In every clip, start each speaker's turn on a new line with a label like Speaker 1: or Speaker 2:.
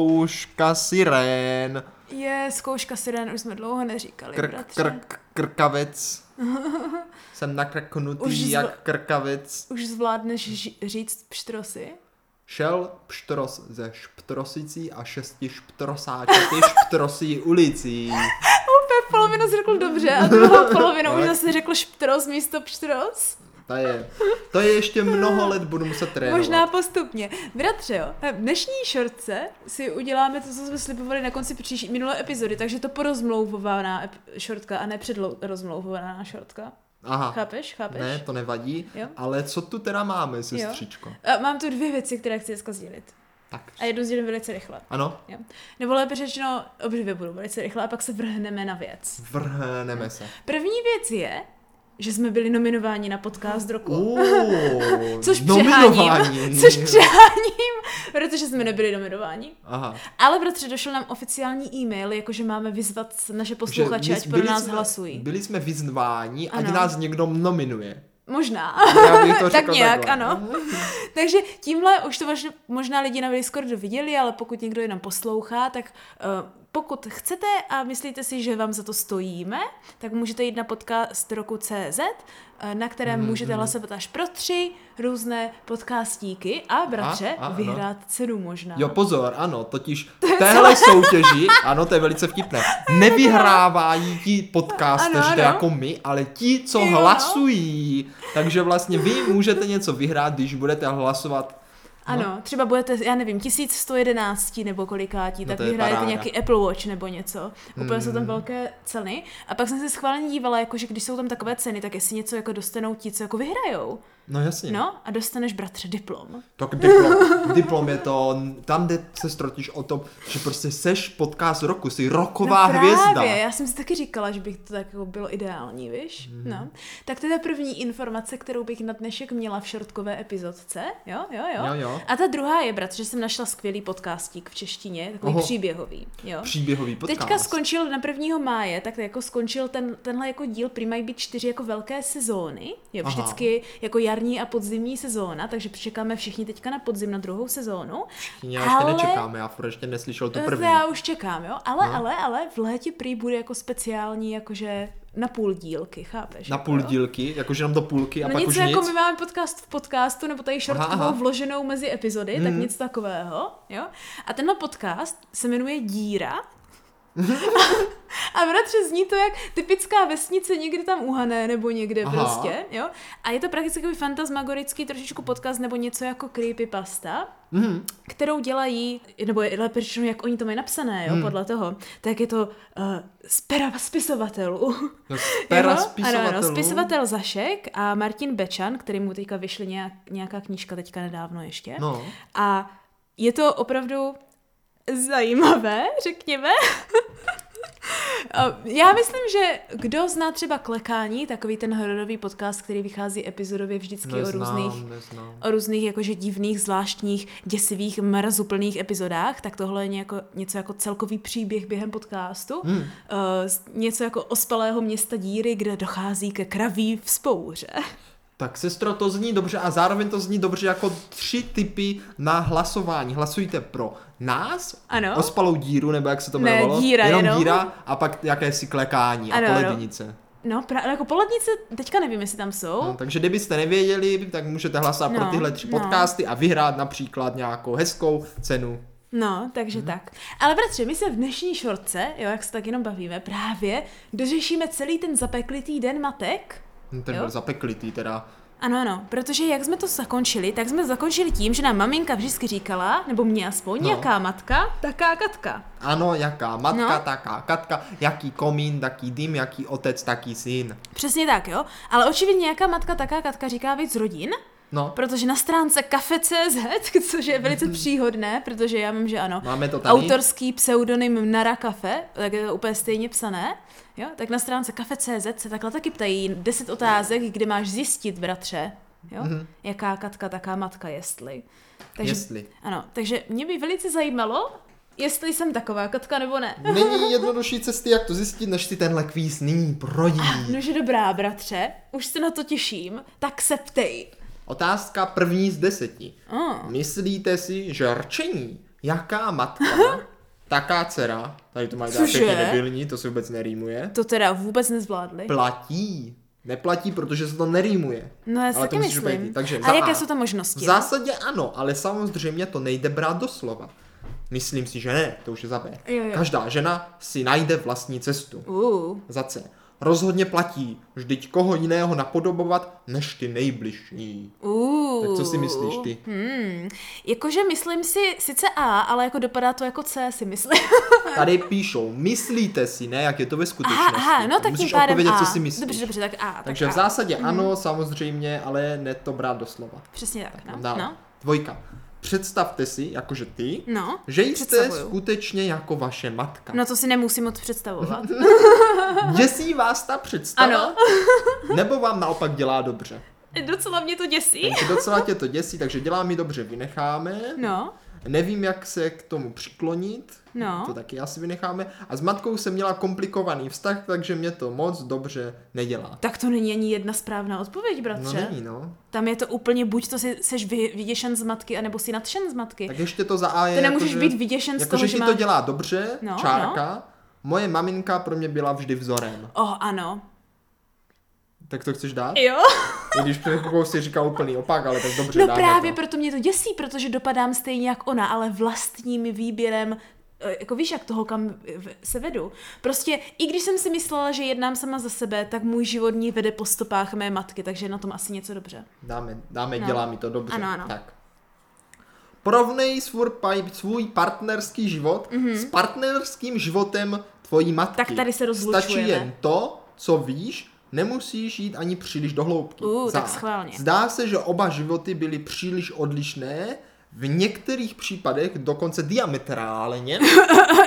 Speaker 1: zkouška sirén.
Speaker 2: Je, zkouška sirén už jsme dlouho neříkali,
Speaker 1: Krk,
Speaker 2: bratře.
Speaker 1: krk, krkavec. Jsem nakrknutý
Speaker 2: Už zv-
Speaker 1: jak krkavec.
Speaker 2: Už zvládneš ži- říct pštrosy?
Speaker 1: Šel pštros ze šptrosicí a šesti šptrosáčky šptrosí ulicí.
Speaker 2: Úplně polovinu jsi řekl dobře a druhou polovinu už zase řekl šptros místo pštros.
Speaker 1: To je, to je ještě mnoho let, budu muset trénovat.
Speaker 2: Možná postupně. Bratře, jo, v dnešní šortce si uděláme to, co jsme slibovali na konci příští minulé epizody, takže to porozmlouvovaná ep- šortka a ne předrozmlouvovaná šortka.
Speaker 1: Aha,
Speaker 2: Chápeš? Chápeš?
Speaker 1: ne, to nevadí.
Speaker 2: Jo.
Speaker 1: Ale co tu teda máme, sestřičko?
Speaker 2: A mám tu dvě věci, které chci dneska sdělit.
Speaker 1: Tak,
Speaker 2: A jednu sdělím velice rychle.
Speaker 1: ano,
Speaker 2: Jo. Nebo lépe řečeno, obě dvě budou velice rychle a pak se vrhneme na věc.
Speaker 1: vrhneme se.
Speaker 2: První věc je, že jsme byli nominováni na podcast roku.
Speaker 1: Uuu,
Speaker 2: Což
Speaker 1: nominování.
Speaker 2: přeháním, což přeháním, protože jsme nebyli nominováni.
Speaker 1: Aha,
Speaker 2: Ale bratře, došel nám oficiální e-mail, jakože máme vyzvat naše
Speaker 1: že
Speaker 2: posluchače,
Speaker 1: my-
Speaker 2: ať pro
Speaker 1: byli
Speaker 2: nás
Speaker 1: jsme-
Speaker 2: hlasují.
Speaker 1: Byli jsme vyzváni, ať
Speaker 2: Ano.
Speaker 1: nás někdo nominuje.
Speaker 2: Možná.
Speaker 1: Já bych to
Speaker 2: tak
Speaker 1: řekl
Speaker 2: nějak,
Speaker 1: takhle.
Speaker 2: ano. Takže tímhle už to vaš, možná lidi na Discordu viděli, ale pokud někdo jenom poslouchá, tak uh, pokud chcete a myslíte si, že vám za to stojíme, tak můžete jít na podcast roku CZ, eh, na kterém
Speaker 1: Mhm.
Speaker 2: můžete hlasovat až pro tři různé podcastíky a bratře
Speaker 1: a, ano.
Speaker 2: vyhrát cenu možná.
Speaker 1: Jo, pozor, ano, totiž v téhle soutěži, ano, to je velice vtipné, nevyhrávají ti
Speaker 2: Ano,
Speaker 1: podcasteři
Speaker 2: ano.
Speaker 1: jako my, ale ti, co
Speaker 2: Jo, no.
Speaker 1: hlasují. Takže vlastně vy můžete něco vyhrát, když budete hlasovat.
Speaker 2: Ano, třeba budete, já nevím, 1111 nebo kolikátí,
Speaker 1: No
Speaker 2: tak
Speaker 1: to je
Speaker 2: vyhrajete
Speaker 1: paráda. Hmm.
Speaker 2: nějaký Apple Watch nebo něco. Úplně jsou tam velké ceny. A pak jsem se schválně dívala, jakože když jsou tam takové ceny, tak jestli něco jako dostanou ti, co jako vyhrajou.
Speaker 1: No jasně.
Speaker 2: No a dostaneš bratře diplom.
Speaker 1: Tak diplom, diplom je to, tam jde se trotiž o tom, že prostě seš podcast roku, jsi roková
Speaker 2: no právě,
Speaker 1: hvězda.
Speaker 2: já jsem si taky říkala, že bych to tak jako bylo ideální, víš?
Speaker 1: Hmm.
Speaker 2: No. Tak to je ta první informace, kterou bych na dnešek měla v šortkové epizodce. Jo, jo, jo.
Speaker 1: Jo, jo.
Speaker 2: A ta druhá je, bratře, že jsem našla skvělý podcastík v češtině, takový
Speaker 1: Oho.
Speaker 2: příběhový. Jo.
Speaker 1: Příběhový podcast.
Speaker 2: Teďka skončil na 1. máje, tak jako skončil ten, tenhle jako díl, prý mají být čtyři jako velké sezóny, je
Speaker 1: Aha.
Speaker 2: vždycky jako jarní a podzimní sezóna, takže čekáme všichni teďka na podzim na druhou sezónu.
Speaker 1: Já ještě
Speaker 2: ale-
Speaker 1: nečekáme, já furt ještě neslyšel tu
Speaker 2: To
Speaker 1: první.
Speaker 2: Já už čekám, jo, ale,
Speaker 1: No.
Speaker 2: ale, ale v létě prý bude jako speciální jakože na půl dílky, chápeš?
Speaker 1: Na
Speaker 2: jako
Speaker 1: půl
Speaker 2: jo?
Speaker 1: dílky, jakože jenom do půlky a
Speaker 2: No
Speaker 1: pak
Speaker 2: nic,
Speaker 1: už
Speaker 2: jako
Speaker 1: nic.
Speaker 2: my máme podcast v podcastu, nebo tady
Speaker 1: Aha,
Speaker 2: šortkovou
Speaker 1: aha.
Speaker 2: vloženou mezi epizody, tak
Speaker 1: Mhm.
Speaker 2: nic takového, jo. A tenhle podcast se jmenuje Díra. A bratře, zní to jak typická vesnice někde tam uhané, nebo někde
Speaker 1: Aha.
Speaker 2: Aha. prostě, jo. A je to prakticky takový fantasmagorický trošičku podcast, nebo něco jako creepypasta,
Speaker 1: Mhm.
Speaker 2: kterou dělají, nebo je lépe řečeno, jak oni to mají napsané, jo,
Speaker 1: Mhm.
Speaker 2: podle toho, tak je to uh, z pera spisovatelů.
Speaker 1: Jo,
Speaker 2: Jo,
Speaker 1: No, Pera
Speaker 2: Ano, ano,
Speaker 1: spisovatelů.
Speaker 2: spisovatel Zašek a Martin Bečan, který mu teďka vyšly nějak, nějaká knížka teďka nedávno ještě.
Speaker 1: No.
Speaker 2: A je to opravdu zajímavé, řekněme. A Já myslím, že kdo zná třeba Klekání, takový ten hororový podcast, který vychází epizodově vždycky
Speaker 1: No,
Speaker 2: o různých
Speaker 1: neznám.
Speaker 2: o různých jakože divných, zvláštních, děsivých, mrazuplných epizodách, tak tohle je nějako, něco jako celkový příběh během podcastu. Hmm. Uh, něco jako ospalého města díry, kde dochází ke kraví vzpouře.
Speaker 1: Tak sestro, to zní dobře a zároveň to zní dobře jako tři typy na hlasování. Hlasujte pro nás,
Speaker 2: Ano.
Speaker 1: ospalou díru, nebo jak se to
Speaker 2: Ne,
Speaker 1: jmenovalo,
Speaker 2: díra
Speaker 1: jenom,
Speaker 2: jenom.
Speaker 1: díra a pak jakési klekání
Speaker 2: Ano,
Speaker 1: a
Speaker 2: ano.
Speaker 1: poledinice.
Speaker 2: No, pra- jako polednice, teďka nevím, jestli tam jsou.
Speaker 1: No, takže kdybyste nevěděli, tak můžete hlasovat pro
Speaker 2: No,
Speaker 1: tyhle tři
Speaker 2: no.
Speaker 1: podcasty a vyhrát například nějakou hezkou cenu.
Speaker 2: No, takže hmm. tak. Ale bratře, my se v dnešní šorce, jo, jak se tak jenom bavíme, právě dořešíme celý ten zapeklitý den matek.
Speaker 1: No, Ten
Speaker 2: Jo.
Speaker 1: byl zapeklitý teda.
Speaker 2: Ano, ano, protože jak jsme to zakončili, tak jsme zakončili tím, že nám maminka vždycky říkala, nebo mě aspoň,
Speaker 1: No.
Speaker 2: no. jaká matka, taká katka.
Speaker 1: Ano, jaká matka,
Speaker 2: No.
Speaker 1: taká katka, jaký komín, taký dým, jaký otec, taký syn.
Speaker 2: Přesně tak, jo? Ale očividně jaká matka, taká katka říká víc rodin,
Speaker 1: No,
Speaker 2: protože na stránce kafe.cz, což je velice příhodné, protože já vím, že ano,
Speaker 1: Mhm. máme to tady.
Speaker 2: autorský pseudonym Nara Kafe, tak je to úplně stejně psané, jo? Tak na stránce kafe.cz se takhle taky ptají 10 otázek, kde máš zjistit, bratře, jo? Jaká katka, taká matka, jestli.
Speaker 1: Mhm. Jestli.
Speaker 2: Ano, takže mě by velice zajímalo, jestli jsem taková katka nebo ne.
Speaker 1: Není jednodušší cesty, jak to zjistit, než si tenhle kvíz nyní projít.
Speaker 2: Nože dobrá, bratře, už se na to těším, tak se ptej.
Speaker 1: Otázka první z deseti.
Speaker 2: Oh.
Speaker 1: Myslíte si, že rčení Jaká matka, taká dcera, tady to mají dát
Speaker 2: Cože?
Speaker 1: všechny debilní, to se vůbec nerýmuje,
Speaker 2: To teda vůbec nezvládli.
Speaker 1: platí. Neplatí, protože se to nerýmuje.
Speaker 2: No já si
Speaker 1: Ale
Speaker 2: taky
Speaker 1: to musíš
Speaker 2: myslím.
Speaker 1: obejít. Takže
Speaker 2: a
Speaker 1: za
Speaker 2: jaké
Speaker 1: A.
Speaker 2: jsou tam
Speaker 1: V
Speaker 2: možnosti?
Speaker 1: zásadě ano, ale samozřejmě to nejde brát doslova. Myslím si, že ne, to už je za B.
Speaker 2: Jo, jo.
Speaker 1: Každá žena si najde vlastní cestu.
Speaker 2: Uh,
Speaker 1: Za C. Rozhodně platí, vždyť koho jiného napodobovat, než ty nejbližší.
Speaker 2: uh.
Speaker 1: Tak co si myslíš ty?
Speaker 2: Hmm. Jakože myslím si sice A, ale jako dopadá to jako C, si myslím.
Speaker 1: Tady píšou, myslíte si, ne, jak je to ve
Speaker 2: Aha,
Speaker 1: skutečnosti.
Speaker 2: aha, no
Speaker 1: To
Speaker 2: tak tím
Speaker 1: musíš
Speaker 2: pádem
Speaker 1: odpovědět,
Speaker 2: A.
Speaker 1: co si myslíš.
Speaker 2: Dobře, dobře, tak A. Tak
Speaker 1: Takže
Speaker 2: a.
Speaker 1: v zásadě ano, samozřejmě, ale ne to brát doslova.
Speaker 2: Přesně tak, no.
Speaker 1: Dále.
Speaker 2: No,
Speaker 1: Dvojka. Představte si, jakože ty,
Speaker 2: no.
Speaker 1: že jste
Speaker 2: představuju.
Speaker 1: skutečně jako vaše matka.
Speaker 2: no to si nemusím moc představovat.
Speaker 1: Děsí vás ta představa?
Speaker 2: Ano.
Speaker 1: nebo vám naopak dělá dobře?
Speaker 2: Docela mě to děsí.
Speaker 1: Takže docela tě to děsí, takže dělá mi dobře, vynecháme.
Speaker 2: No,
Speaker 1: Nevím, jak se k tomu přiklonit.
Speaker 2: No.
Speaker 1: To taky asi vynecháme. A s matkou jsem měla komplikovaný vztah, takže mě to moc dobře nedělá.
Speaker 2: tak to není ani jedna správná odpověď,
Speaker 1: No
Speaker 2: bratře.
Speaker 1: není, no.
Speaker 2: Tam je to úplně buď to si, seš vy, vyděšen z matky, anebo si nadšen z matky.
Speaker 1: Tak ještě to za A je
Speaker 2: Ty nemůžeš
Speaker 1: jakože-
Speaker 2: být vyděšen z
Speaker 1: jako,
Speaker 2: toho,
Speaker 1: že
Speaker 2: že
Speaker 1: ti
Speaker 2: má-
Speaker 1: to dělá dobře,
Speaker 2: No,
Speaker 1: čárka. Moje maminka pro mě byla vždy vzorem.
Speaker 2: Oh, ano.
Speaker 1: Tak to chceš dát?
Speaker 2: Jo?
Speaker 1: I když před chvilkou si říkal úplný opak, ale tak dobře
Speaker 2: No
Speaker 1: dáme
Speaker 2: právě
Speaker 1: to.
Speaker 2: proto mě to děsí, protože dopadám stejně jak ona, ale vlastním výběrem eh, jako víš, jak toho, kam eh, v- se vedu. Prostě, i když jsem si myslela, že jednám sama za sebe, tak můj život ní vede po stopách mé matky, takže je na tom asi něco dobře.
Speaker 1: Dáme, dáme,
Speaker 2: No.
Speaker 1: dělá mi to dobře.
Speaker 2: Ano, ano.
Speaker 1: Tak. Porovnej svůj, pa- svůj partnerský život mm-hmm. s partnerským životem tvojí matky.
Speaker 2: Mhm. Tak tady se
Speaker 1: Stačí
Speaker 2: rozlučujeme.
Speaker 1: jen to, co víš, nemusíš jít ani příliš do hloubky.
Speaker 2: Uh,
Speaker 1: Za
Speaker 2: tak
Speaker 1: A.
Speaker 2: schválně.
Speaker 1: Zdá se, že oba životy byly příliš odlišné, v některých případech dokonce diametrálně.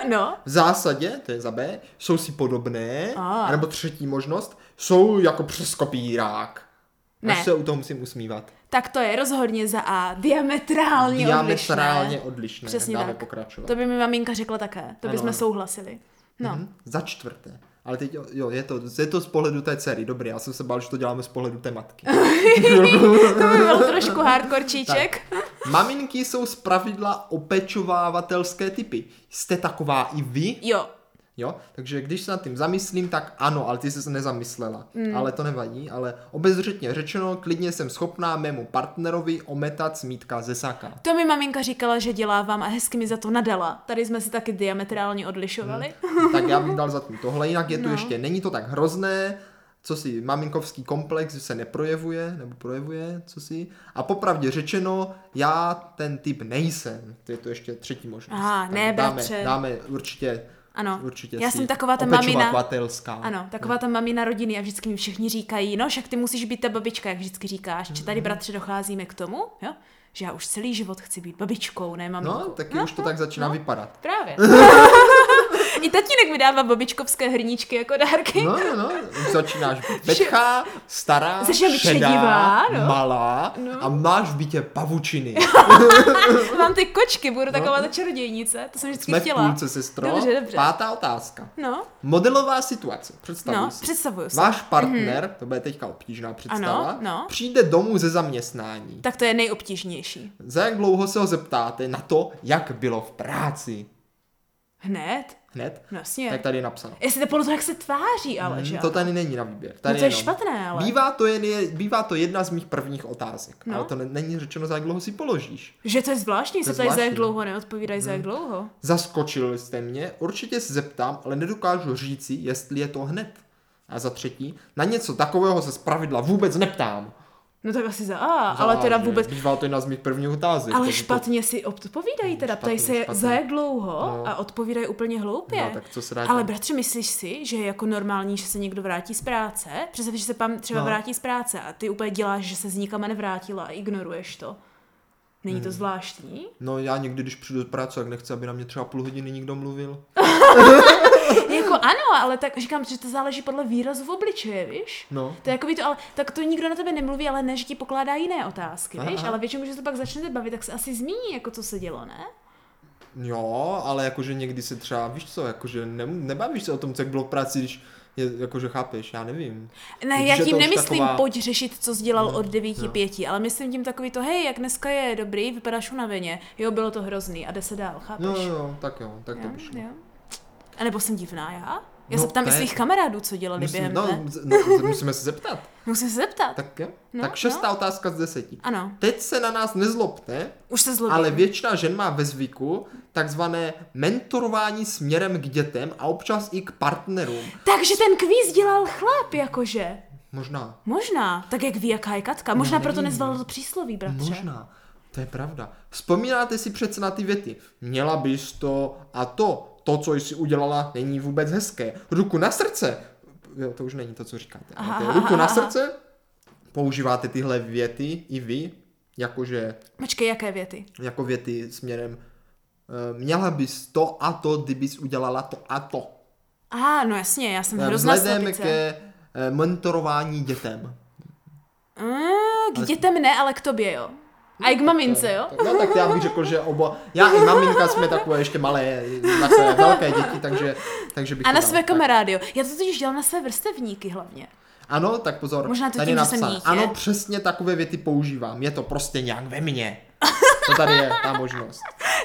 Speaker 2: No,
Speaker 1: V zásadě, to je za B, jsou si podobné,
Speaker 2: A.
Speaker 1: a. nebo třetí možnost, jsou jako přes kopírák. Až
Speaker 2: Ne.
Speaker 1: se u toho musím usmívat.
Speaker 2: tak to je rozhodně za A. Diametrálně,
Speaker 1: Diametrálně
Speaker 2: odlišné.
Speaker 1: odlišné.
Speaker 2: Přesně
Speaker 1: Dáme
Speaker 2: tak.
Speaker 1: pokračovat.
Speaker 2: To by mi maminka řekla také, to
Speaker 1: Ano,
Speaker 2: bychom
Speaker 1: ano.
Speaker 2: souhlasili. No,
Speaker 1: Hm? Za čtvrté. Ale teď, jo- jo, je to, je to z pohledu té dcery, dobrý, já jsem se bál, že to děláme z pohledu té matky.
Speaker 2: to by byl trošku hardkorčíček.
Speaker 1: Maminky jsou zpravidla opečovávatelské typy. Jste taková i vy?
Speaker 2: Jo,
Speaker 1: Jo, takže když se nad tím zamyslím, tak ano, ale ty jsi se nezamyslela. Mm.
Speaker 2: Hmm.
Speaker 1: Ale to nevadí, ale obezřetně řečeno, klidně jsem schopná mému partnerovi ometat smítka ze saka.
Speaker 2: To mi maminka říkala, že dělávám a hezky mi za to nadala. Tady jsme si taky diametrálně odlišovali.
Speaker 1: Tak já bych dal za tím tohle, jinak je tu
Speaker 2: No.
Speaker 1: ještě, není to tak hrozné, co si maminkovský komplex se neprojevuje, nebo projevuje, co si. A popravdě řečeno, já ten typ nejsem. To je to ještě třetí možnost.
Speaker 2: Aha,
Speaker 1: Tak
Speaker 2: ne,
Speaker 1: dáme,
Speaker 2: bratře.
Speaker 1: dáme určitě,
Speaker 2: Ano,
Speaker 1: určitě
Speaker 2: já
Speaker 1: si
Speaker 2: jsem taková ta mamina.
Speaker 1: opečovatelská.
Speaker 2: Ano, taková ta mamina rodiny a vždycky mi všichni říkají, no však ty musíš být ta babička, jak vždycky říkáš, že
Speaker 1: Mhm.
Speaker 2: tady bratře docházíme k tomu, jo? že já už celý život chci být babičkou, ne maminkou.
Speaker 1: No, taky už to tak začíná vypadat.
Speaker 2: Právě. I tatínek mi dává babičkovské hrníčky jako dárky.
Speaker 1: No, no, no, už začínáš být betchá, stará,
Speaker 2: Začíná být
Speaker 1: šedá,
Speaker 2: šedivá, no.
Speaker 1: malá a máš v bytě pavučiny.
Speaker 2: Mám ty kočky, budu taková ta čarodějnice, to jsem
Speaker 1: No.
Speaker 2: vždycky
Speaker 1: Jsme v
Speaker 2: chtěla.
Speaker 1: půlce, sestro.
Speaker 2: Dobře, dobře.
Speaker 1: Pátá otázka.
Speaker 2: No,
Speaker 1: Modelová situace, představuj
Speaker 2: no,
Speaker 1: si.
Speaker 2: představuju se.
Speaker 1: Váš partner, to bude teďka obtížná představa,
Speaker 2: Ano, no.
Speaker 1: přijde domů ze zaměstnání.
Speaker 2: Tak to je nejobtížnější.
Speaker 1: Za jak dlouho se ho zeptáte na to, jak bylo v práci?
Speaker 2: Hned?
Speaker 1: Hned?
Speaker 2: No jasně.
Speaker 1: Tak tady je napsáno.
Speaker 2: Jestli to podle toho, jak se tváří, ale že?
Speaker 1: Hmm,
Speaker 2: ano.
Speaker 1: to tady není na výběr. Tady
Speaker 2: No to je
Speaker 1: jenom.
Speaker 2: špatné, ale.
Speaker 1: Bývá to, jen, je, bývá to jedna z mých prvních otázek,
Speaker 2: No.
Speaker 1: ale to ne, není řečeno, za jak dlouho si položíš.
Speaker 2: Že to je zvláštní,
Speaker 1: To je
Speaker 2: se tady za jak
Speaker 1: zvláštní. no. Mhm.
Speaker 2: dlouho neodpovídají za jak dlouho.
Speaker 1: Zaskočil jste mě, určitě se zeptám, ale nedokážu říci, jestli je to hned. A za třetí, na něco takového se zpravidla vůbec neptám.
Speaker 2: No tak asi za A,
Speaker 1: Za
Speaker 2: ale
Speaker 1: A,
Speaker 2: teda
Speaker 1: že
Speaker 2: vůbec.
Speaker 1: Bývá to jedna z mých prvních otázek.
Speaker 2: Ale
Speaker 1: takže to-
Speaker 2: špatně si odpovídají teda,
Speaker 1: Špatně,
Speaker 2: ptají se
Speaker 1: špatně.
Speaker 2: za jak dlouho
Speaker 1: No.
Speaker 2: a odpovídají úplně hloupě.
Speaker 1: No, tak co se dá
Speaker 2: Ale
Speaker 1: dělat?
Speaker 2: bratře, myslíš si, že je jako normální, že se někdo vrátí z práce? Představ, že se pam třeba
Speaker 1: No.
Speaker 2: vrátí z práce a ty úplně děláš, že se z nikam nevrátila a ignoruješ to. Není
Speaker 1: Hmm.
Speaker 2: to zvláštní?
Speaker 1: No já někdy, když přijdu z práce, tak nechci, aby na mě třeba půl hodiny nikdo mluvil.
Speaker 2: jako ano, ale tak říkám, že to záleží podle výrazu v obličeje, víš?
Speaker 1: No.
Speaker 2: To je jako by to, ale tak to nikdo na tebe nemluví, ale ne, že ti pokládá jiné otázky,
Speaker 1: Aha.
Speaker 2: víš? Ale většinou, když se to pak začnete bavit, tak se asi zmíní, jako co se dělo, ne?
Speaker 1: Jo, ale jakože někdy se třeba, víš co, jakože ne, nebavíš se o tom, co jak bylo v práci, když je, jakože chápeš, já nevím.
Speaker 2: Ne,
Speaker 1: Vidíš,
Speaker 2: já
Speaker 1: že
Speaker 2: tím
Speaker 1: to už
Speaker 2: nemyslím,
Speaker 1: taková-
Speaker 2: taková... pojď řešit, co jsi dělal
Speaker 1: No,
Speaker 2: od 9
Speaker 1: no.
Speaker 2: no. 5, ale myslím tím takový to, hej, jak dneska je dobrý, vypadáš unaveně, jo, bylo to hrozný a jde se dál, chápeš?
Speaker 1: No, jo, jo, tak jo, tak to
Speaker 2: jo,
Speaker 1: píšu.
Speaker 2: jo. A nebo jsem divná já? Já
Speaker 1: No,
Speaker 2: no, se ptám
Speaker 1: ne.
Speaker 2: i svých kamarádů, co dělali Musím,
Speaker 1: Musím,
Speaker 2: během
Speaker 1: no,
Speaker 2: no,
Speaker 1: z- no, musíme se zeptat.
Speaker 2: Musím se zeptat. Tak...
Speaker 1: Tak jo?
Speaker 2: No,
Speaker 1: tak šestá otázka z deseti.
Speaker 2: Ano,
Speaker 1: Teď se na nás nezlobte,
Speaker 2: už se zlobím.
Speaker 1: ale většina žen má ve zvyku takzvané mentorování směrem k dětem a občas i k partnerům.
Speaker 2: Takže ten kvíz dělal chlap, jakože.
Speaker 1: Možná.
Speaker 2: Možná. Tak jak ví, jaká je Katka. Možná
Speaker 1: No,
Speaker 2: proto
Speaker 1: nevím.
Speaker 2: nezval to přísloví, bratře.
Speaker 1: Možná. To je pravda. Vzpomínáte si přece na ty věty. Měla bys to a to. To, co jsi udělala, není vůbec hezké. Ruku na srdce. Jo, to už není to, co říkáte. ale
Speaker 2: Aha,
Speaker 1: to je
Speaker 2: aha,
Speaker 1: Ruku na
Speaker 2: aha.
Speaker 1: srdce. Používáte tyhle věty i vy, jakože
Speaker 2: Počkej, jaké věty?
Speaker 1: jako věty směrem eh, měla bys to a to, kdybys udělala to a to.
Speaker 2: A, no jasně, já jsem hrozná
Speaker 1: Vzhledem
Speaker 2: slepice.
Speaker 1: ke eh, mentorování dětem.
Speaker 2: Mm, k dětem ne, ale k tobě, jo. A i k mamince, jo?
Speaker 1: Tak- No tak já bych řekl, že oba, já i maminka jsme takové ještě malé, takové velké děti, takže, takže bych
Speaker 2: A
Speaker 1: to
Speaker 2: na
Speaker 1: dal.
Speaker 2: své
Speaker 1: Tak.
Speaker 2: kamarády, jo. Já to totiž dělám na své vrstevníky hlavně.
Speaker 1: Ano, tak pozor,
Speaker 2: Možná to
Speaker 1: tady
Speaker 2: tím,
Speaker 1: je
Speaker 2: že jsem
Speaker 1: napsáno.
Speaker 2: dítě.
Speaker 1: Ano, přesně takové věty používám, je to prostě nějak ve mně. To tady je, ta možnost.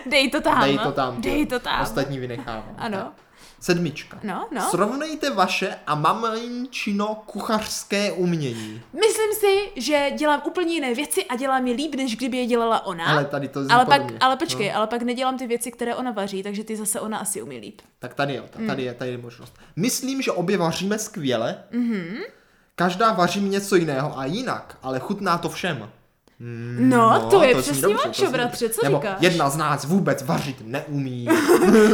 Speaker 2: Dej to tam.
Speaker 1: Dej to tam.
Speaker 2: Dej to tam.
Speaker 1: Ostatní vynechávám.
Speaker 2: Ano.
Speaker 1: Tak. Sedmička.
Speaker 2: No, no.
Speaker 1: Srovnejte vaše a maminčino kuchařské umění.
Speaker 2: Myslím si, že dělám úplně jiné věci a dělám je líp, než kdyby je dělala ona.
Speaker 1: Ale tady to zní
Speaker 2: ale pak,
Speaker 1: podobně.
Speaker 2: ale počkej, no. ale pak nedělám ty věci, které ona vaří, takže ty zase ona asi umí líp.
Speaker 1: Tak tady jo, ta-
Speaker 2: Mm.
Speaker 1: tady je, tady je možnost. Myslím, že obě vaříme skvěle. Mm-hmm.
Speaker 2: Mhm.
Speaker 1: Každá vaří něco jiného a jinak, ale chutná to všem. Mm,
Speaker 2: No, to je
Speaker 1: zní
Speaker 2: přesně
Speaker 1: dobře, to
Speaker 2: mačo,
Speaker 1: zní
Speaker 2: bratře,
Speaker 1: dobře.
Speaker 2: co
Speaker 1: Nebo
Speaker 2: říkáš?
Speaker 1: jedna z nás vůbec vařit neumí.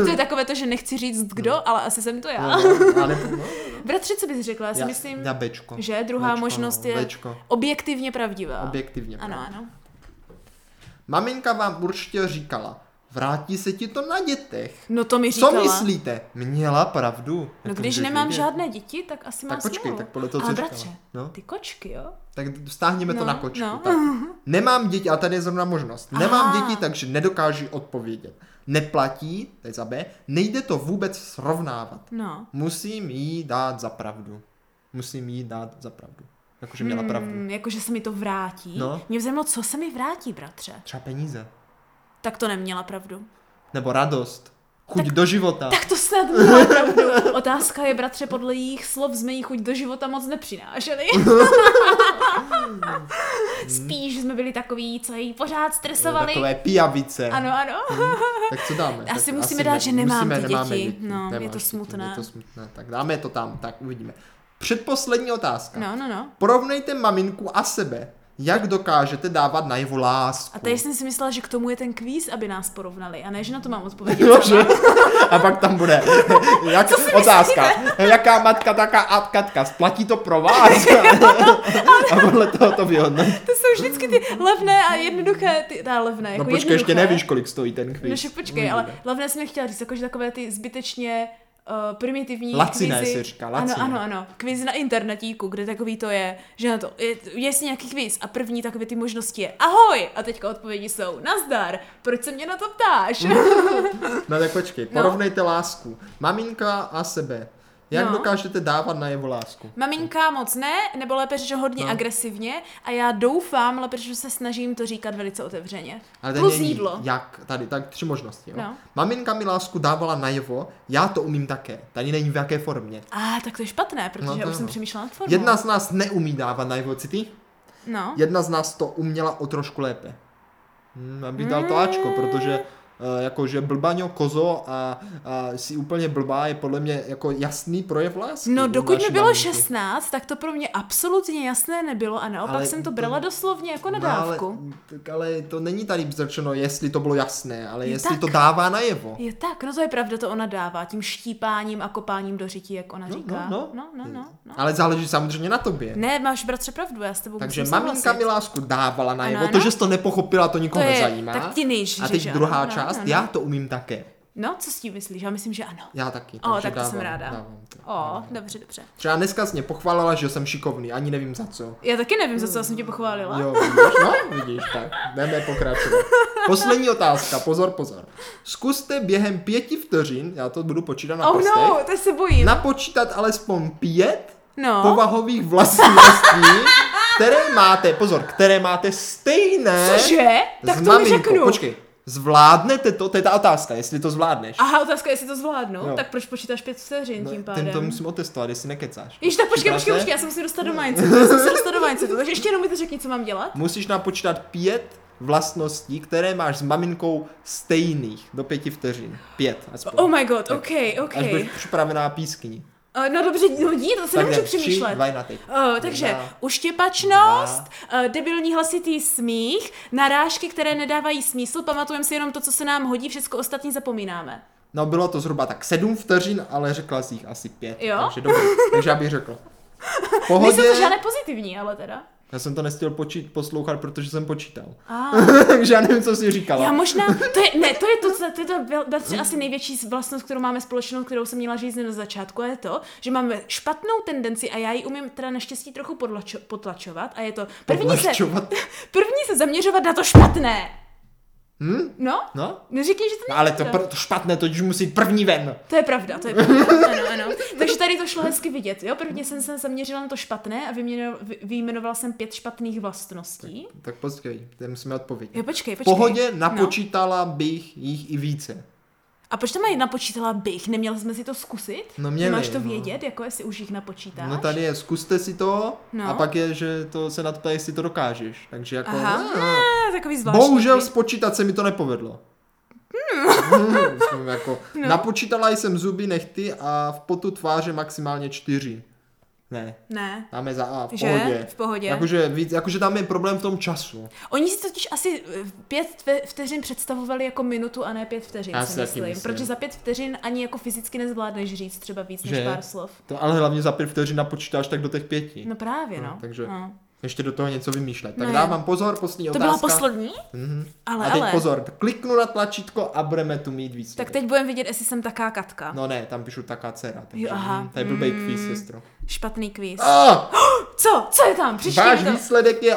Speaker 2: to je takové to, že nechci říct kdo, ale asi jsem to já.
Speaker 1: No, no, ale- no, no.
Speaker 2: Bratře, co bys řekla? Já si myslím,
Speaker 1: já Bčko.
Speaker 2: že druhá
Speaker 1: Bčko,
Speaker 2: možnost
Speaker 1: no,
Speaker 2: je
Speaker 1: Bčko.
Speaker 2: objektivně pravdivá.
Speaker 1: Objektivně.
Speaker 2: Ano, ano.
Speaker 1: Maminka vám určitě říkala, vrátí se ti to na dětech.
Speaker 2: No to mi
Speaker 1: Co
Speaker 2: říkala.
Speaker 1: myslíte? Měla pravdu.
Speaker 2: No
Speaker 1: Jak to
Speaker 2: když
Speaker 1: můžeš
Speaker 2: nemám
Speaker 1: vědět?
Speaker 2: žádné děti, tak asi mám
Speaker 1: Tak počkej,
Speaker 2: smůlu.
Speaker 1: tak podle toho, co
Speaker 2: Ale
Speaker 1: říkala.
Speaker 2: bratře,
Speaker 1: No.
Speaker 2: ty kočky, jo?
Speaker 1: Tak stáhneme to
Speaker 2: No,
Speaker 1: na kočku.
Speaker 2: no.
Speaker 1: Tak. Nemám děti, a tady je zrovna možnost. Nemám
Speaker 2: Aha.
Speaker 1: děti, takže nedokážu odpovědět. Neplatí, to je za B, nejde to vůbec srovnávat.
Speaker 2: No.
Speaker 1: Musím jí dát za pravdu. Musím jí dát za pravdu. Jakože měla pravdu.
Speaker 2: Mm, jakože se mi to vrátí.
Speaker 1: No.
Speaker 2: Mě vzemlo, co se mi vrátí, bratře.
Speaker 1: Třeba peníze.
Speaker 2: Tak to neměla pravdu.
Speaker 1: Nebo radost. Chuť do života.
Speaker 2: Tak to snad měla pravdu. Otázka je, bratře, podle jejich slov jsme jí chuť do života moc nepřinášeli. Spíš jsme byli takový, co jí pořád stresovali.
Speaker 1: Takové Mhm. pijavice.
Speaker 2: Ano, ano.
Speaker 1: Tak co dáme?
Speaker 2: Asi
Speaker 1: tak
Speaker 2: musíme dát, že nemám
Speaker 1: musíme,
Speaker 2: ty
Speaker 1: nemáme
Speaker 2: děti. No, je
Speaker 1: Nemáš
Speaker 2: to
Speaker 1: děti,
Speaker 2: smutné.
Speaker 1: Je to smutné. Tak dáme to tam, tak uvidíme. Předposlední otázka.
Speaker 2: No, no, no.
Speaker 1: Porovnejte maminku a sebe. Jak dokážete dávat najevo lásku?
Speaker 2: A tady jsem si myslela, že k tomu je ten kvíz, aby nás porovnali. A ne, že na to mám odpovědět.
Speaker 1: Jo,
Speaker 2: sama.
Speaker 1: že? A pak tam bude. Jak, otázka. Jaká matka, taká atkatka. Splatí to pro vás? A podle toho to vyhodnotí.
Speaker 2: To jsou vždycky ty levné a jednoduché, ty, ta levné, jako
Speaker 1: No počkej, ještě
Speaker 2: jednoduché.
Speaker 1: nevíš, kolik stojí ten
Speaker 2: No
Speaker 1: kvíz.
Speaker 2: však počkej, ale hlavně jsem nechtěla říct, jakože takové ty zbytečně uh, primitivní
Speaker 1: Laciné
Speaker 2: kvízy.
Speaker 1: se říká,
Speaker 2: ano,
Speaker 1: laciné.
Speaker 2: ano, ano. Kvízy na internetíku, kde takový to je, že na to je, je si nějaký kvíz a první takové ty možnosti je ahoj a teďka odpovědi jsou nazdar, proč se mě na to ptáš?
Speaker 1: No tak počkej,
Speaker 2: No.
Speaker 1: porovnejte lásku. Maminka a sebe. Jak
Speaker 2: No.
Speaker 1: dokážete dávat najevo lásku?
Speaker 2: Maminka moc ne, nebo lépe řečeno hodně
Speaker 1: No.
Speaker 2: no. agresivně a já doufám, lépe řečeno se snažím to říkat velice otevřeně.
Speaker 1: Ale tady
Speaker 2: Plus
Speaker 1: není
Speaker 2: jídlo.
Speaker 1: Jak? Tady, tak tři možnosti, jo.
Speaker 2: No.
Speaker 1: Maminka mi lásku dávala najevo, já to umím také. Tady není v jaké formě.
Speaker 2: A tak to je špatné, protože
Speaker 1: No, to
Speaker 2: já už
Speaker 1: jo.
Speaker 2: jsem přemýšlela nad formou.
Speaker 1: Jedna z nás neumí dávat najevo city,
Speaker 2: No.
Speaker 1: jedna z nás to uměla o trošku lépe. Hmm, abych dal to Ačko, protože eh, jakože blbaňo, kozo a, a si úplně blbá je podle mě jako jasný projev lásky.
Speaker 2: No,
Speaker 1: u
Speaker 2: dokud mi
Speaker 1: naší
Speaker 2: bylo
Speaker 1: maminky.
Speaker 2: 16, tak to pro mě absolutně jasné nebylo a naopak
Speaker 1: Ale
Speaker 2: jsem to
Speaker 1: to-
Speaker 2: brala doslovně jako na
Speaker 1: No, ale,
Speaker 2: dávku.
Speaker 1: tak, ale to není tady řečeno, jestli to bylo jasné, ale
Speaker 2: Je
Speaker 1: jestli
Speaker 2: tak.
Speaker 1: to dává najevo.
Speaker 2: Je tak, no to je pravda, to ona dává, tím štípáním a kopáním do řití, jak ona
Speaker 1: No,
Speaker 2: říká.
Speaker 1: no,
Speaker 2: no, no, no, no.
Speaker 1: Ale záleží samozřejmě na tobě.
Speaker 2: Ne, máš bratře pravdu, já s tebou
Speaker 1: Takže
Speaker 2: musím
Speaker 1: maminka
Speaker 2: souhlasit.
Speaker 1: mi lásku dávala najevo,
Speaker 2: Ano,
Speaker 1: to,
Speaker 2: ano.
Speaker 1: že jsi to nepochopila, to nikoho
Speaker 2: To je-
Speaker 1: nezajímá.
Speaker 2: tak ti nejž,
Speaker 1: A teď
Speaker 2: že ano,
Speaker 1: druhá
Speaker 2: ano,
Speaker 1: část,
Speaker 2: ano.
Speaker 1: já to umím také.
Speaker 2: No, co s tím myslíš? Já myslím, že ano.
Speaker 1: Já taky.
Speaker 2: O,
Speaker 1: takže
Speaker 2: tak to
Speaker 1: dávám,
Speaker 2: jsem ráda.
Speaker 1: Dávám to.
Speaker 2: O, dobře, dobře.
Speaker 1: Třeba dneska jsi mě pochválila, že jsem šikovný, ani nevím za co.
Speaker 2: Já taky nevím, za co já jsem tě pochválila.
Speaker 1: Jo, vidíš, no, vidíš, tak. Jdeme pokračovat. Poslední otázka, pozor, pozor. Zkuste během pěti vteřin, já to budu počítat na
Speaker 2: oh
Speaker 1: prstech,
Speaker 2: no, teď se bojím.
Speaker 1: napočítat alespoň pět
Speaker 2: no.
Speaker 1: povahových vlastností, které máte, pozor, které máte stejné
Speaker 2: Cože? Tak
Speaker 1: s
Speaker 2: to mi
Speaker 1: maminkou.
Speaker 2: řeknu.
Speaker 1: Počkej, zvládnete to? To je ta otázka, jestli to zvládneš.
Speaker 2: Aha, otázka, jestli to zvládnu,
Speaker 1: Jo. No,
Speaker 2: tak proč počítáš pět vteřin tím pádem?
Speaker 1: Ten to musím otestovat, jestli nekecáš.
Speaker 2: Jež tak počkej,
Speaker 1: Připrav
Speaker 2: počkej,
Speaker 1: se.
Speaker 2: počkej, já se musím dostat do mindsetu, já se musím dostat do mindsetu, takže ještě jenom mi to řekni, co mám dělat.
Speaker 1: Musíš napočítat pět vlastností, které máš s maminkou stejných do pěti vteřin. Pět aspoň.
Speaker 2: Oh my god,
Speaker 1: Tak,
Speaker 2: ok, ok.
Speaker 1: Až budeš připravená pískni.
Speaker 2: Eh, No dobře, no dí, to
Speaker 1: Tak
Speaker 2: se nemůžu
Speaker 1: jdem, tři,
Speaker 2: přemýšlet.
Speaker 1: dva, jedna, teď.
Speaker 2: Eh, takže
Speaker 1: Dva.
Speaker 2: uštěpačnost, eh, debilní hlasitý smích, narážky, které nedávají smysl, pamatujeme si jenom to, co se nám hodí, všechno ostatní zapomínáme.
Speaker 1: No bylo to zhruba tak sedm vteřin, ale řekla jsi jich asi pět.
Speaker 2: Jo?
Speaker 1: Takže dobrý, takže já bych řekl. V
Speaker 2: Nejsou
Speaker 1: Pohodě,
Speaker 2: to žádné pozitivní, ale teda.
Speaker 1: já jsem to nestihl počít, poslouchat, protože jsem počítal.
Speaker 2: Ah.
Speaker 1: takže já nevím, co jsi říkala.
Speaker 2: Já možná, to je, ne, to je to, co- to je to, vel- bratře, asi největší vlastnost, kterou máme společnou, kterou jsem měla říct hned na začátku, a je to, že máme špatnou tendenci a já ji umím teda naštěstí trochu podlačo, potlačovat a je to první se,
Speaker 1: Podlehčovat.
Speaker 2: první se zaměřovat na to špatné.
Speaker 1: Hm?
Speaker 2: No?
Speaker 1: No?
Speaker 2: Neříkej, že to
Speaker 1: No
Speaker 2: není
Speaker 1: ale to,
Speaker 2: pravda.
Speaker 1: pr- to špatné, to už musí jít první ven.
Speaker 2: To je pravda, to je pravda, ano, ano. Takže tady to šlo hezky vidět, jo? Prvně jsem se zaměřila na to špatné a vyměno- vy- vyjmenovala jsem pět špatných vlastností.
Speaker 1: Tak počkej, to musíme odpovědět.
Speaker 2: Jo, počkej,
Speaker 1: V
Speaker 2: počkej.
Speaker 1: pohodě
Speaker 2: No.
Speaker 1: napočítala bych jich i více.
Speaker 2: A proč to mají napočítala bych? Neměli jsme si to zkusit?
Speaker 1: No, měli,
Speaker 2: Máš to
Speaker 1: no.
Speaker 2: vědět, jako jestli už jich napočítáš?
Speaker 1: No tady je, zkuste si to
Speaker 2: No.
Speaker 1: a pak je, že to se nadptá, jestli to dokážeš. Takže jako...
Speaker 2: Aha,
Speaker 1: no, no.
Speaker 2: ah, takový zvláštní.
Speaker 1: Bohužel
Speaker 2: trik.
Speaker 1: spočítat se mi to nepovedlo. Hmm. Jsem jako,
Speaker 2: No.
Speaker 1: Napočítala jsem zuby, nechty a v potu tváře maximálně čtyři. Ne,
Speaker 2: Ne.
Speaker 1: dáme za A, v
Speaker 2: Že?
Speaker 1: pohodě.
Speaker 2: V pohodě.
Speaker 1: Jakože, víc, jakože tam je problém v tom času.
Speaker 2: Oni si totiž asi eh, pět tve- vteřin představovali jako minutu a ne pět vteřin,
Speaker 1: Já
Speaker 2: si
Speaker 1: si taky
Speaker 2: myslím.
Speaker 1: myslím.
Speaker 2: Protože za pět vteřin ani jako fyzicky nezvládneš říct třeba víc
Speaker 1: Že?
Speaker 2: než pár slov.
Speaker 1: To, ale hlavně za pět vteřin napočítáš tak do těch pěti.
Speaker 2: No právě, no.
Speaker 1: No, takže-
Speaker 2: no.
Speaker 1: Ještě do toho něco vymýšlet. Tak
Speaker 2: No jo.
Speaker 1: dávám pozor, poslední
Speaker 2: To
Speaker 1: otázka.
Speaker 2: byla poslední?
Speaker 1: Mhm.
Speaker 2: Ale,
Speaker 1: a teď
Speaker 2: ale.
Speaker 1: pozor, kliknu na tlačítko a budeme tu mít výsledek.
Speaker 2: Tak teď budeme vidět, jestli jsem taká Katka.
Speaker 1: No ne, tam píšu taká dcera. Takže,
Speaker 2: Jo, aha. Hmm.
Speaker 1: hm, To je blbej kvíz, sestro.
Speaker 2: Špatný kvíz.
Speaker 1: Ah,
Speaker 2: Co? Co je tam? Přišli
Speaker 1: váš
Speaker 2: mi to.
Speaker 1: výsledek je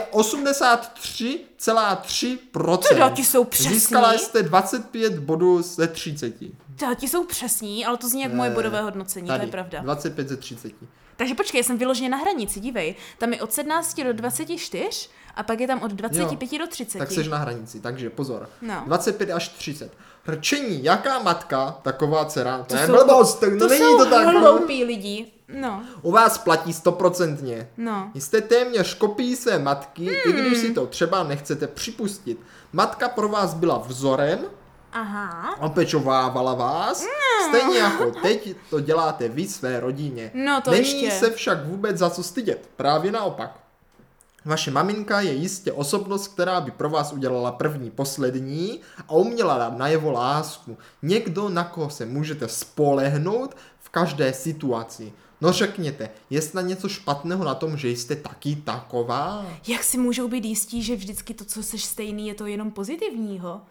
Speaker 1: 83,3%.
Speaker 2: Teda, ti jsou přesný.
Speaker 1: Získala jste 25 bodů ze 30.
Speaker 2: Teda, ti jsou přesní, ale to zní jak moje
Speaker 1: Eh,
Speaker 2: bodové hodnocení,
Speaker 1: Tady,
Speaker 2: to je pravda.
Speaker 1: 25 ze 30.
Speaker 2: Takže počkej, jsem vyloženě na hranici, dívej. Tam je od 17 do 24 a pak je tam od 25 do 30.
Speaker 1: Tak seš na hranici, takže pozor.
Speaker 2: No.
Speaker 1: 25 až 30. Rčení, jaká matka, taková dcera. To je
Speaker 2: jsou-
Speaker 1: blbost, to
Speaker 2: to
Speaker 1: není
Speaker 2: jsou
Speaker 1: to tak. no.
Speaker 2: hloupí lidi. No,
Speaker 1: U vás platí stoprocentně.
Speaker 2: no.
Speaker 1: Jste téměř kopií své matky, i když si to třeba nechcete připustit. Matka pro vás byla vzorem,
Speaker 2: Aha.
Speaker 1: opečovávala vás,
Speaker 2: Mm.
Speaker 1: stejně jako teď to děláte vy své rodině.
Speaker 2: No, to
Speaker 1: Není
Speaker 2: ještě.
Speaker 1: se však vůbec za co stydět, právě naopak. Vaše maminka je jistě osobnost, která by pro vás udělala první, poslední a uměla dát najevo lásku. Někdo, na koho se můžete spolehnout v každé situaci. No řekněte, je snad něco špatného na tom, že jste taky taková?
Speaker 2: Jak si můžou být jistí, že vždycky to, co seš stejný, je to jenom pozitivního?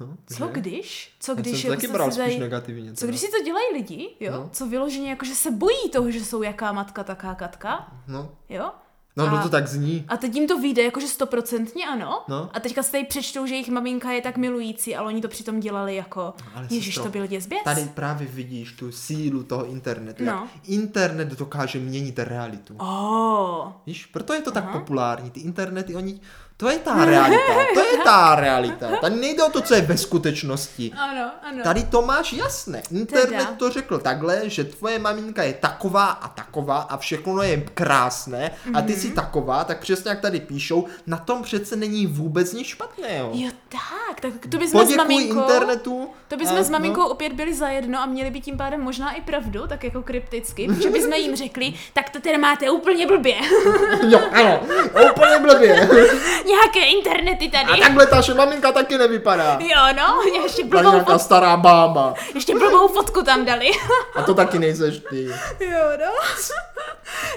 Speaker 1: No,
Speaker 2: Co
Speaker 1: že?
Speaker 2: když? Co
Speaker 1: Já
Speaker 2: když jako
Speaker 1: jsem to taky
Speaker 2: se
Speaker 1: bral
Speaker 2: si
Speaker 1: spíš
Speaker 2: dají-
Speaker 1: negativně.
Speaker 2: Co
Speaker 1: teda.
Speaker 2: když si to dělají lidi, jo?
Speaker 1: No.
Speaker 2: Co vyloženě jako, že se bojí toho, že jsou jaká matka, taká katka,
Speaker 1: No,
Speaker 2: jo?
Speaker 1: no,
Speaker 2: A-
Speaker 1: no to tak zní.
Speaker 2: A teď jim to vyjde jakože stoprocentně ano.
Speaker 1: No.
Speaker 2: A teďka se tady přečtou, že jejich maminka je tak milující, ale oni to přitom dělali jako,
Speaker 1: No, ale
Speaker 2: ježiš,
Speaker 1: sestro,
Speaker 2: to byl děsběs.
Speaker 1: Tady právě vidíš tu sílu toho internetu.
Speaker 2: No.
Speaker 1: No. Internet dokáže měnit realitu.
Speaker 2: Oh.
Speaker 1: Víš, proto je to tak populární. Ty internety, oni... To je ta realita, to je ta realita. Tady nejde o to, co je ve skutečnosti.
Speaker 2: Ano, ano.
Speaker 1: Tady to máš jasné. Internet
Speaker 2: Teda.
Speaker 1: to řekl takhle, že tvoje maminka je taková a taková a všechno je krásné a ty
Speaker 2: Mhm.
Speaker 1: jsi taková, tak přesně jak tady píšou, na tom přece není vůbec nic špatného.
Speaker 2: Jo tak, tak to bychom s
Speaker 1: Poděkuji
Speaker 2: maminkou,
Speaker 1: internetu. Eh,
Speaker 2: to bychom
Speaker 1: a-
Speaker 2: s maminkou opět byli zajedno a měli by tím pádem možná i pravdu, tak jako krypticky, protože bychom jim
Speaker 1: no.
Speaker 2: řekli, tak to teda máte úplně blbě.
Speaker 1: Jo, ano, úplně blbě.
Speaker 2: nějaké internety tady.
Speaker 1: A takhle ta vaše maminka taky nevypadá.
Speaker 2: Jo, no, ještě
Speaker 1: Tady
Speaker 2: blbou,
Speaker 1: nějaká
Speaker 2: fot,
Speaker 1: stará bába.
Speaker 2: ještě blbou fotku tam dali.
Speaker 1: A to taky nejseš ty.
Speaker 2: Jo, no.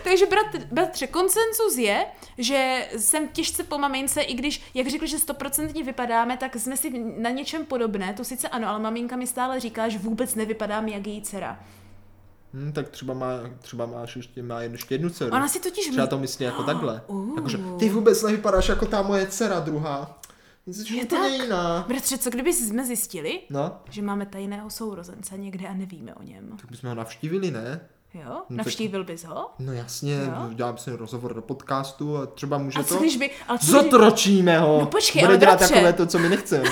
Speaker 2: Takže brat, bratře, konsenzus je, že jsem těžce po mamince, i když, jak řekl, že stoprocentně vypadáme, tak jsme si na něčem podobné, to sice ano, ale maminka mi stále říká, že vůbec nevypadám jak její dcera.
Speaker 1: Hm, tak třeba, má, třeba máš ještě, má ještě jednu dceru.
Speaker 2: Ona si totiž...
Speaker 1: Třeba to myslí jako takhle.
Speaker 2: Uh.
Speaker 1: Jakože, ty vůbec nevypadáš jako ta moje dcera druhá. Jsi
Speaker 2: Je
Speaker 1: úplně
Speaker 2: tak.
Speaker 1: jiná.
Speaker 2: Bratře, co kdyby jsme zjistili,
Speaker 1: No,
Speaker 2: že máme tajného sourozence někde a nevíme o něm?
Speaker 1: tak bychom ho navštívili, ne?
Speaker 2: Jo?
Speaker 1: No, tak-
Speaker 2: Navštívil bys ho?
Speaker 1: No jasně,
Speaker 2: Jo.
Speaker 1: dělám si rozhovor do podcastu a třeba může
Speaker 2: A
Speaker 1: to...
Speaker 2: co když by... Ale co když-
Speaker 1: Zotročíme ho!
Speaker 2: No počkej,
Speaker 1: Bude
Speaker 2: ale
Speaker 1: dělat
Speaker 2: bratře.
Speaker 1: takové to, co my nechceme.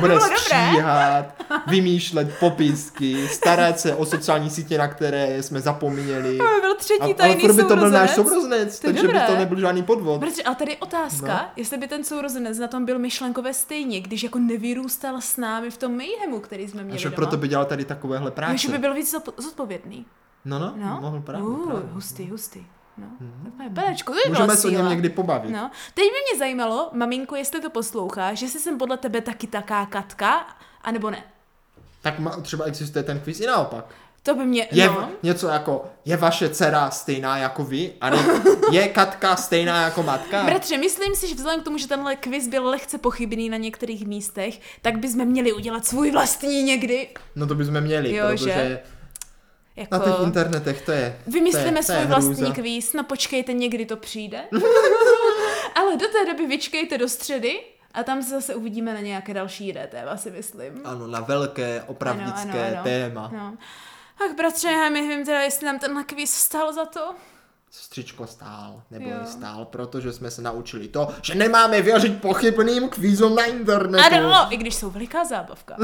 Speaker 1: Bude
Speaker 2: bylo dobré.
Speaker 1: stříhat, vymýšlet popisky, starat se o sociální sítě, na které jsme zapomněli.
Speaker 2: To by byl třetí
Speaker 1: ale
Speaker 2: tajný
Speaker 1: furt by to byl náš
Speaker 2: sourozenec.
Speaker 1: sourozenec,
Speaker 2: To je
Speaker 1: takže by
Speaker 2: dobré.
Speaker 1: to nebyl žádný podvod.
Speaker 2: Protože, ale tady je otázka,
Speaker 1: No.
Speaker 2: no. jestli by ten sourozenec na tom byl myšlenkově stejně, když jako nevyrůstal s námi v tom mayhemu, který jsme
Speaker 1: A
Speaker 2: měli
Speaker 1: že
Speaker 2: doma.
Speaker 1: proto by dělal tady takovéhle
Speaker 2: no,
Speaker 1: práce.
Speaker 2: že by byl víc zodpo- zodpovědný.
Speaker 1: No, no,
Speaker 2: No.
Speaker 1: mohl právě.
Speaker 2: uh,
Speaker 1: právě. Mhm.
Speaker 2: hustý, hustý. No. Mm-hmm. Pelečko, to by byla
Speaker 1: Můžeme se o něm
Speaker 2: síla.
Speaker 1: někdy pobavit.
Speaker 2: No. Teď by mě zajímalo, maminko, jestli to posloucháš, jestli jsem podle tebe taky taká katka, anebo ne.
Speaker 1: Tak ma, třeba existuje ten quiz i naopak.
Speaker 2: To by mě,
Speaker 1: Je
Speaker 2: no.
Speaker 1: něco jako, je vaše dcera stejná jako vy? A ne, je Katka stejná jako matka?
Speaker 2: Bratře, myslím si, že vzhledem k tomu, že tenhle quiz byl lehce pochybný na některých místech, tak bychom měli udělat svůj vlastní někdy.
Speaker 1: No to bychom měli,
Speaker 2: Jo,
Speaker 1: protože
Speaker 2: že? Jako...
Speaker 1: na těch internetech to je. to
Speaker 2: Vymyslíme
Speaker 1: je, to je
Speaker 2: svůj vlastní
Speaker 1: hrůza.
Speaker 2: kvíz, no počkejte, někdy to přijde. Ale do té doby vyčkejte do středy a tam se zase uvidíme na nějaké další jiné téma, si myslím.
Speaker 1: Ano, na velké opravdické ano, ano, ano. téma.
Speaker 2: No. Ach, bratře, já nevím teda, jestli nám tenhle kvíz stál za to.
Speaker 1: Střičko stál, nebo
Speaker 2: Jo.
Speaker 1: stál, protože jsme se naučili to, že nemáme
Speaker 2: no,
Speaker 1: věřit pochybným kvízům na internetu.
Speaker 2: Ano, i když jsou veliká zábavka.